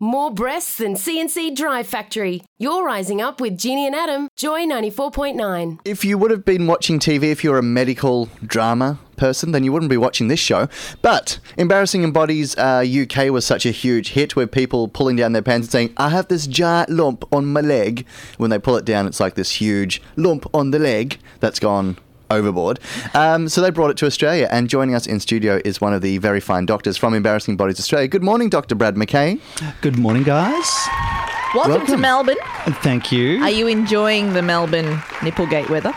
More breasts than CNC Drive Factory. You're rising up with Jeannie and Adam, Joy 94.9. If you would have been watching TV, if you're a medical drama person, then you wouldn't be watching this show. But Embarrassing in Bodies uh, UK was such a huge hit with people pulling down their pants and saying, I have this giant lump on my leg. When they pull it down, it's like this huge lump on the leg that's gone overboard. Um, so they brought it to Australia, and joining us in studio is one of the very fine doctors from Embarrassing Bodies Australia. Good morning, Dr. Brad McCain. Good morning, guys. Welcome, to Welcome. Melbourne. And Thank you. Are you enjoying the Melbourne Nipplegate weather?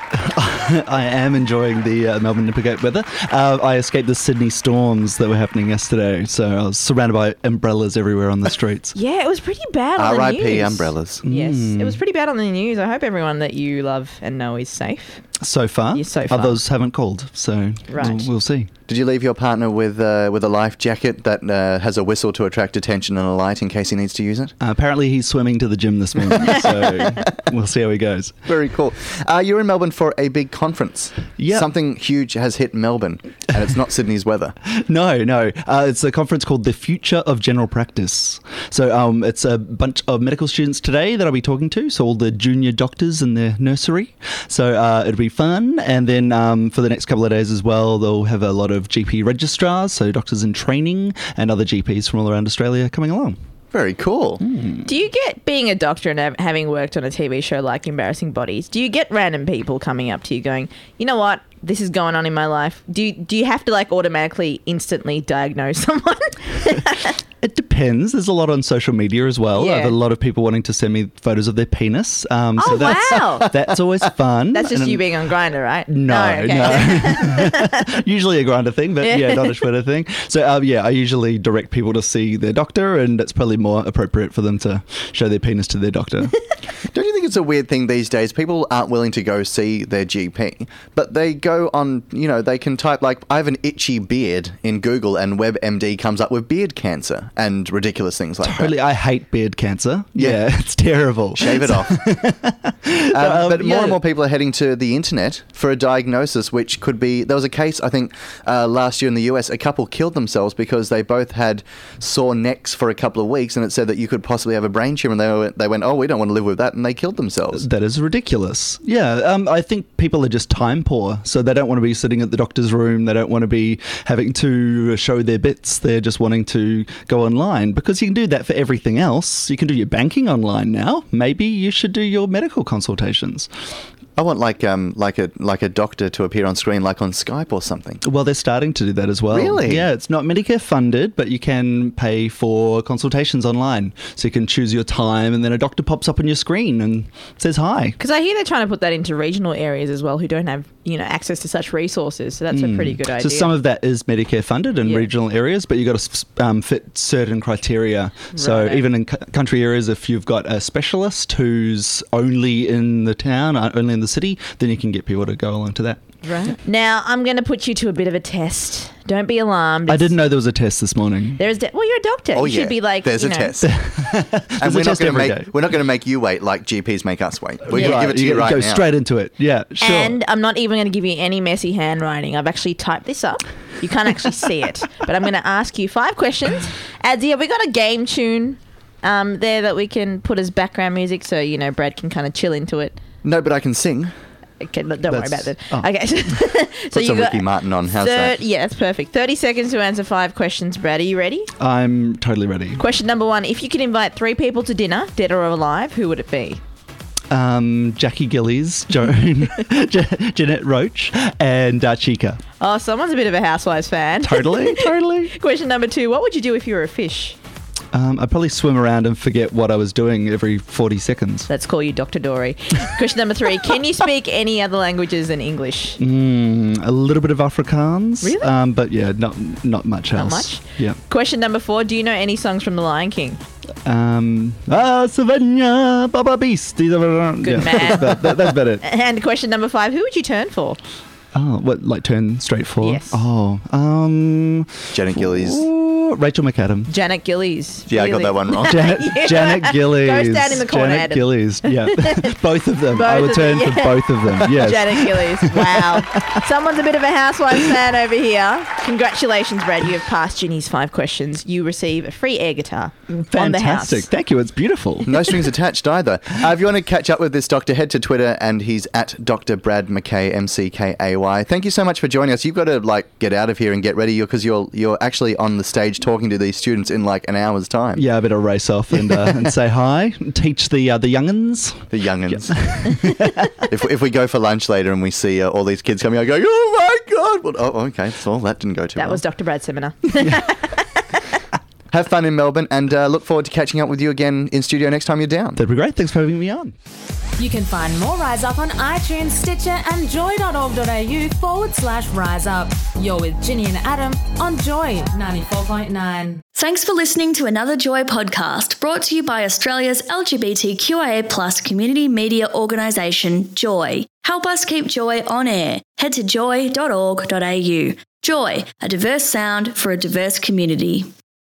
I am enjoying the uh, Melbourne Nipplegate weather. Uh, I escaped the Sydney storms that were happening yesterday, so I was surrounded by umbrellas everywhere on the streets. Yeah, it was pretty bad on the RIP news. umbrellas. Yes, it was pretty bad on the news. I hope everyone that you love and know is safe. So far, Yeah, so far. others haven't called, so Right. we'll, we'll see. Did you leave your partner with uh, with a life jacket that uh, has a whistle to attract attention and a light in case he needs to use it? Uh, apparently, he's swimming to the gym this morning, so we'll see how he goes. Very cool. Uh, you're in Melbourne for a big conference. Yeah. Something huge has hit Melbourne, and it's not Sydney's weather. No, no. Uh, it's a conference called The Future of General Practice. So um, it's a bunch of medical students today that I'll be talking to. So all the junior doctors in their nursery. So uh, it'll be fun. And then um, for the next couple of days as well, they'll have a lot of GP registrars, so doctors in training and other GPs from all around Australia coming along. Very cool. Do you get being a doctor and hav- having worked on a TV show like Embarrassing Bodies? Do you get random people coming up to you going, "You know what? This is going on in my life." Do you, do you have to like automatically instantly diagnose someone? It depends. There's a lot on social media as well. I have Yeah. a lot of people wanting to send me photos of their penis. Um, so Oh, that's, wow. That's always fun. That's just And- you being on Grinder, right? Oh, No, okay. no. usually a grinder thing, but yeah, not a Twitter thing. So um, yeah, I usually direct people to see their doctor, and it's probably more appropriate for them to show their penis to their doctor. Don't you think it's a weird thing these days? People aren't willing to go see their GP, but they go on, you know, they can type, like, I have an itchy beard in Google, and WebMD comes up with beard cancer and ridiculous things like that. Really, I hate beard cancer. Yeah. Yeah, it's terrible. Shave it off. Um, but more yeah. and more people are heading to the internet for a diagnosis, which could be. There was a case, I think, uh, last year in the US. A couple killed themselves because they both had sore necks for a couple of weeks, and it said that you could possibly have a brain tumor. And they, were, they went, oh, we don't want to live with that, and they killed themselves. That is ridiculous. Yeah, um, I think people are just time poor, so they don't want to be sitting at the doctor's room. They don't want to be having to show their bits. They're just wanting to go online because you can do that for everything else. You can do your banking online now. Maybe you should do your medical consultations. I want like um like a like a doctor to appear on screen, like on Skype or something. Well, they're starting to do that as well. Really? Yeah, it's not Medicare funded, but you can pay for consultations online. So you can choose your time, and then a doctor pops up on your screen and says hi. Because I hear they're trying to put that into regional areas as well, who don't have you know access to such resources. So that's a pretty good idea. Mm. So some of that is Medicare funded in Yeah. regional areas, but you've got to um, fit certain criteria. So Right. even in c- country areas, if you've got a specialist who's only in the town, uh, only in the city, then you can get people to go along to that. right. Now I'm going to put you to a bit of a test. Don't be alarmed. I didn't know there was a test this morning. There is de- well, you're a doctor. Oh you yeah, should be like there's you a know, test. and we're not a test going to every make day. we're not going to make you wait like GPs make us wait. We're going to give it to you, you right go now. straight into it. Yeah, sure. And I'm not even going to give you any messy handwriting. I've actually typed this up. You can't actually see it, but I'm going to ask you five questions. Adzie, have we got a game tune um, there that we can put as background music so you know Brad can kind of chill into it? No, but I can sing. Okay, no, don't worry about That's- that. oh. Okay, so Put some Ricky Martin on. How's Thir- that? yeah, that's perfect. 30 seconds to answer five questions, Brad. Are you ready? I'm totally ready. Question number one If you could invite three people to dinner, dead or alive, who would it be? Um, Jackie Gillies, Joan, Ja- Jeanette Roach, and uh, Chica. Oh, someone's a bit of a Housewives fan. Totally, totally. Question number two What would you do if you were a fish? Um, I'd probably swim around and forget what I was doing every 40 seconds. Let's call you Dr. Dory. Question number three Can you speak any other languages than English? Mm, a little bit of Afrikaans. Really? Um, but yeah, not not much Not else. much. Yeah. Question number four Do you know any songs from The Lion King? Um, ah, Savannah, Baba Beast. These are- uh, yeah, man. That's about, that, that's about it. And question number five Who would you turn for? Oh, what, like turn straight for? Yes. Oh, um, Janet Gillies. ooh, sure. Rachel McAdam. Janet Gillies. Yeah, I got that one wrong. Janet, Janet Gillies. Go stand in the corner, Janet Adam. Gillies. Yeah, both of them. I Both will of them, turn for yeah. both of them. Yes. Janet Gillies. Wow. Someone's a bit of a housewife fan over here. Congratulations, Brad. You have passed Ginny's five questions. You receive a free air guitar on the house. Fantastic. Thank you. It's beautiful. No strings attached either. Uh, if you want to catch up with this doctor, head to Twitter and he's at Dr. Brad McKay, M C K A Y. Thank you so much for joining us. You've got to like get out of here and get ready because you're you're actually on the stage talking to these students in like an hour's time. Yeah, I better race off and, uh, and say hi. Teach the uh, the youngins. The youngins. if, if we go for lunch later and we see uh, all these kids coming out, going, oh my God. Well, oh, okay. So that didn't go too That well. was Dr. Brad's seminar. Have fun in Melbourne and uh, look forward to catching up with you again in studio next time you're down. That'd be great. Thanks for having me on. You can find more Rise Up on iTunes, Stitcher, and joy.org.au forward slash rise up. You're with Ginny and Adam on Joy 94.9. Thanks for listening to another Joy podcast brought to you by Australia's LGBTQIA plus community media organisation, Joy. Help us keep Joy on air. Head to joy.org.au. Joy, a diverse sound for a diverse community.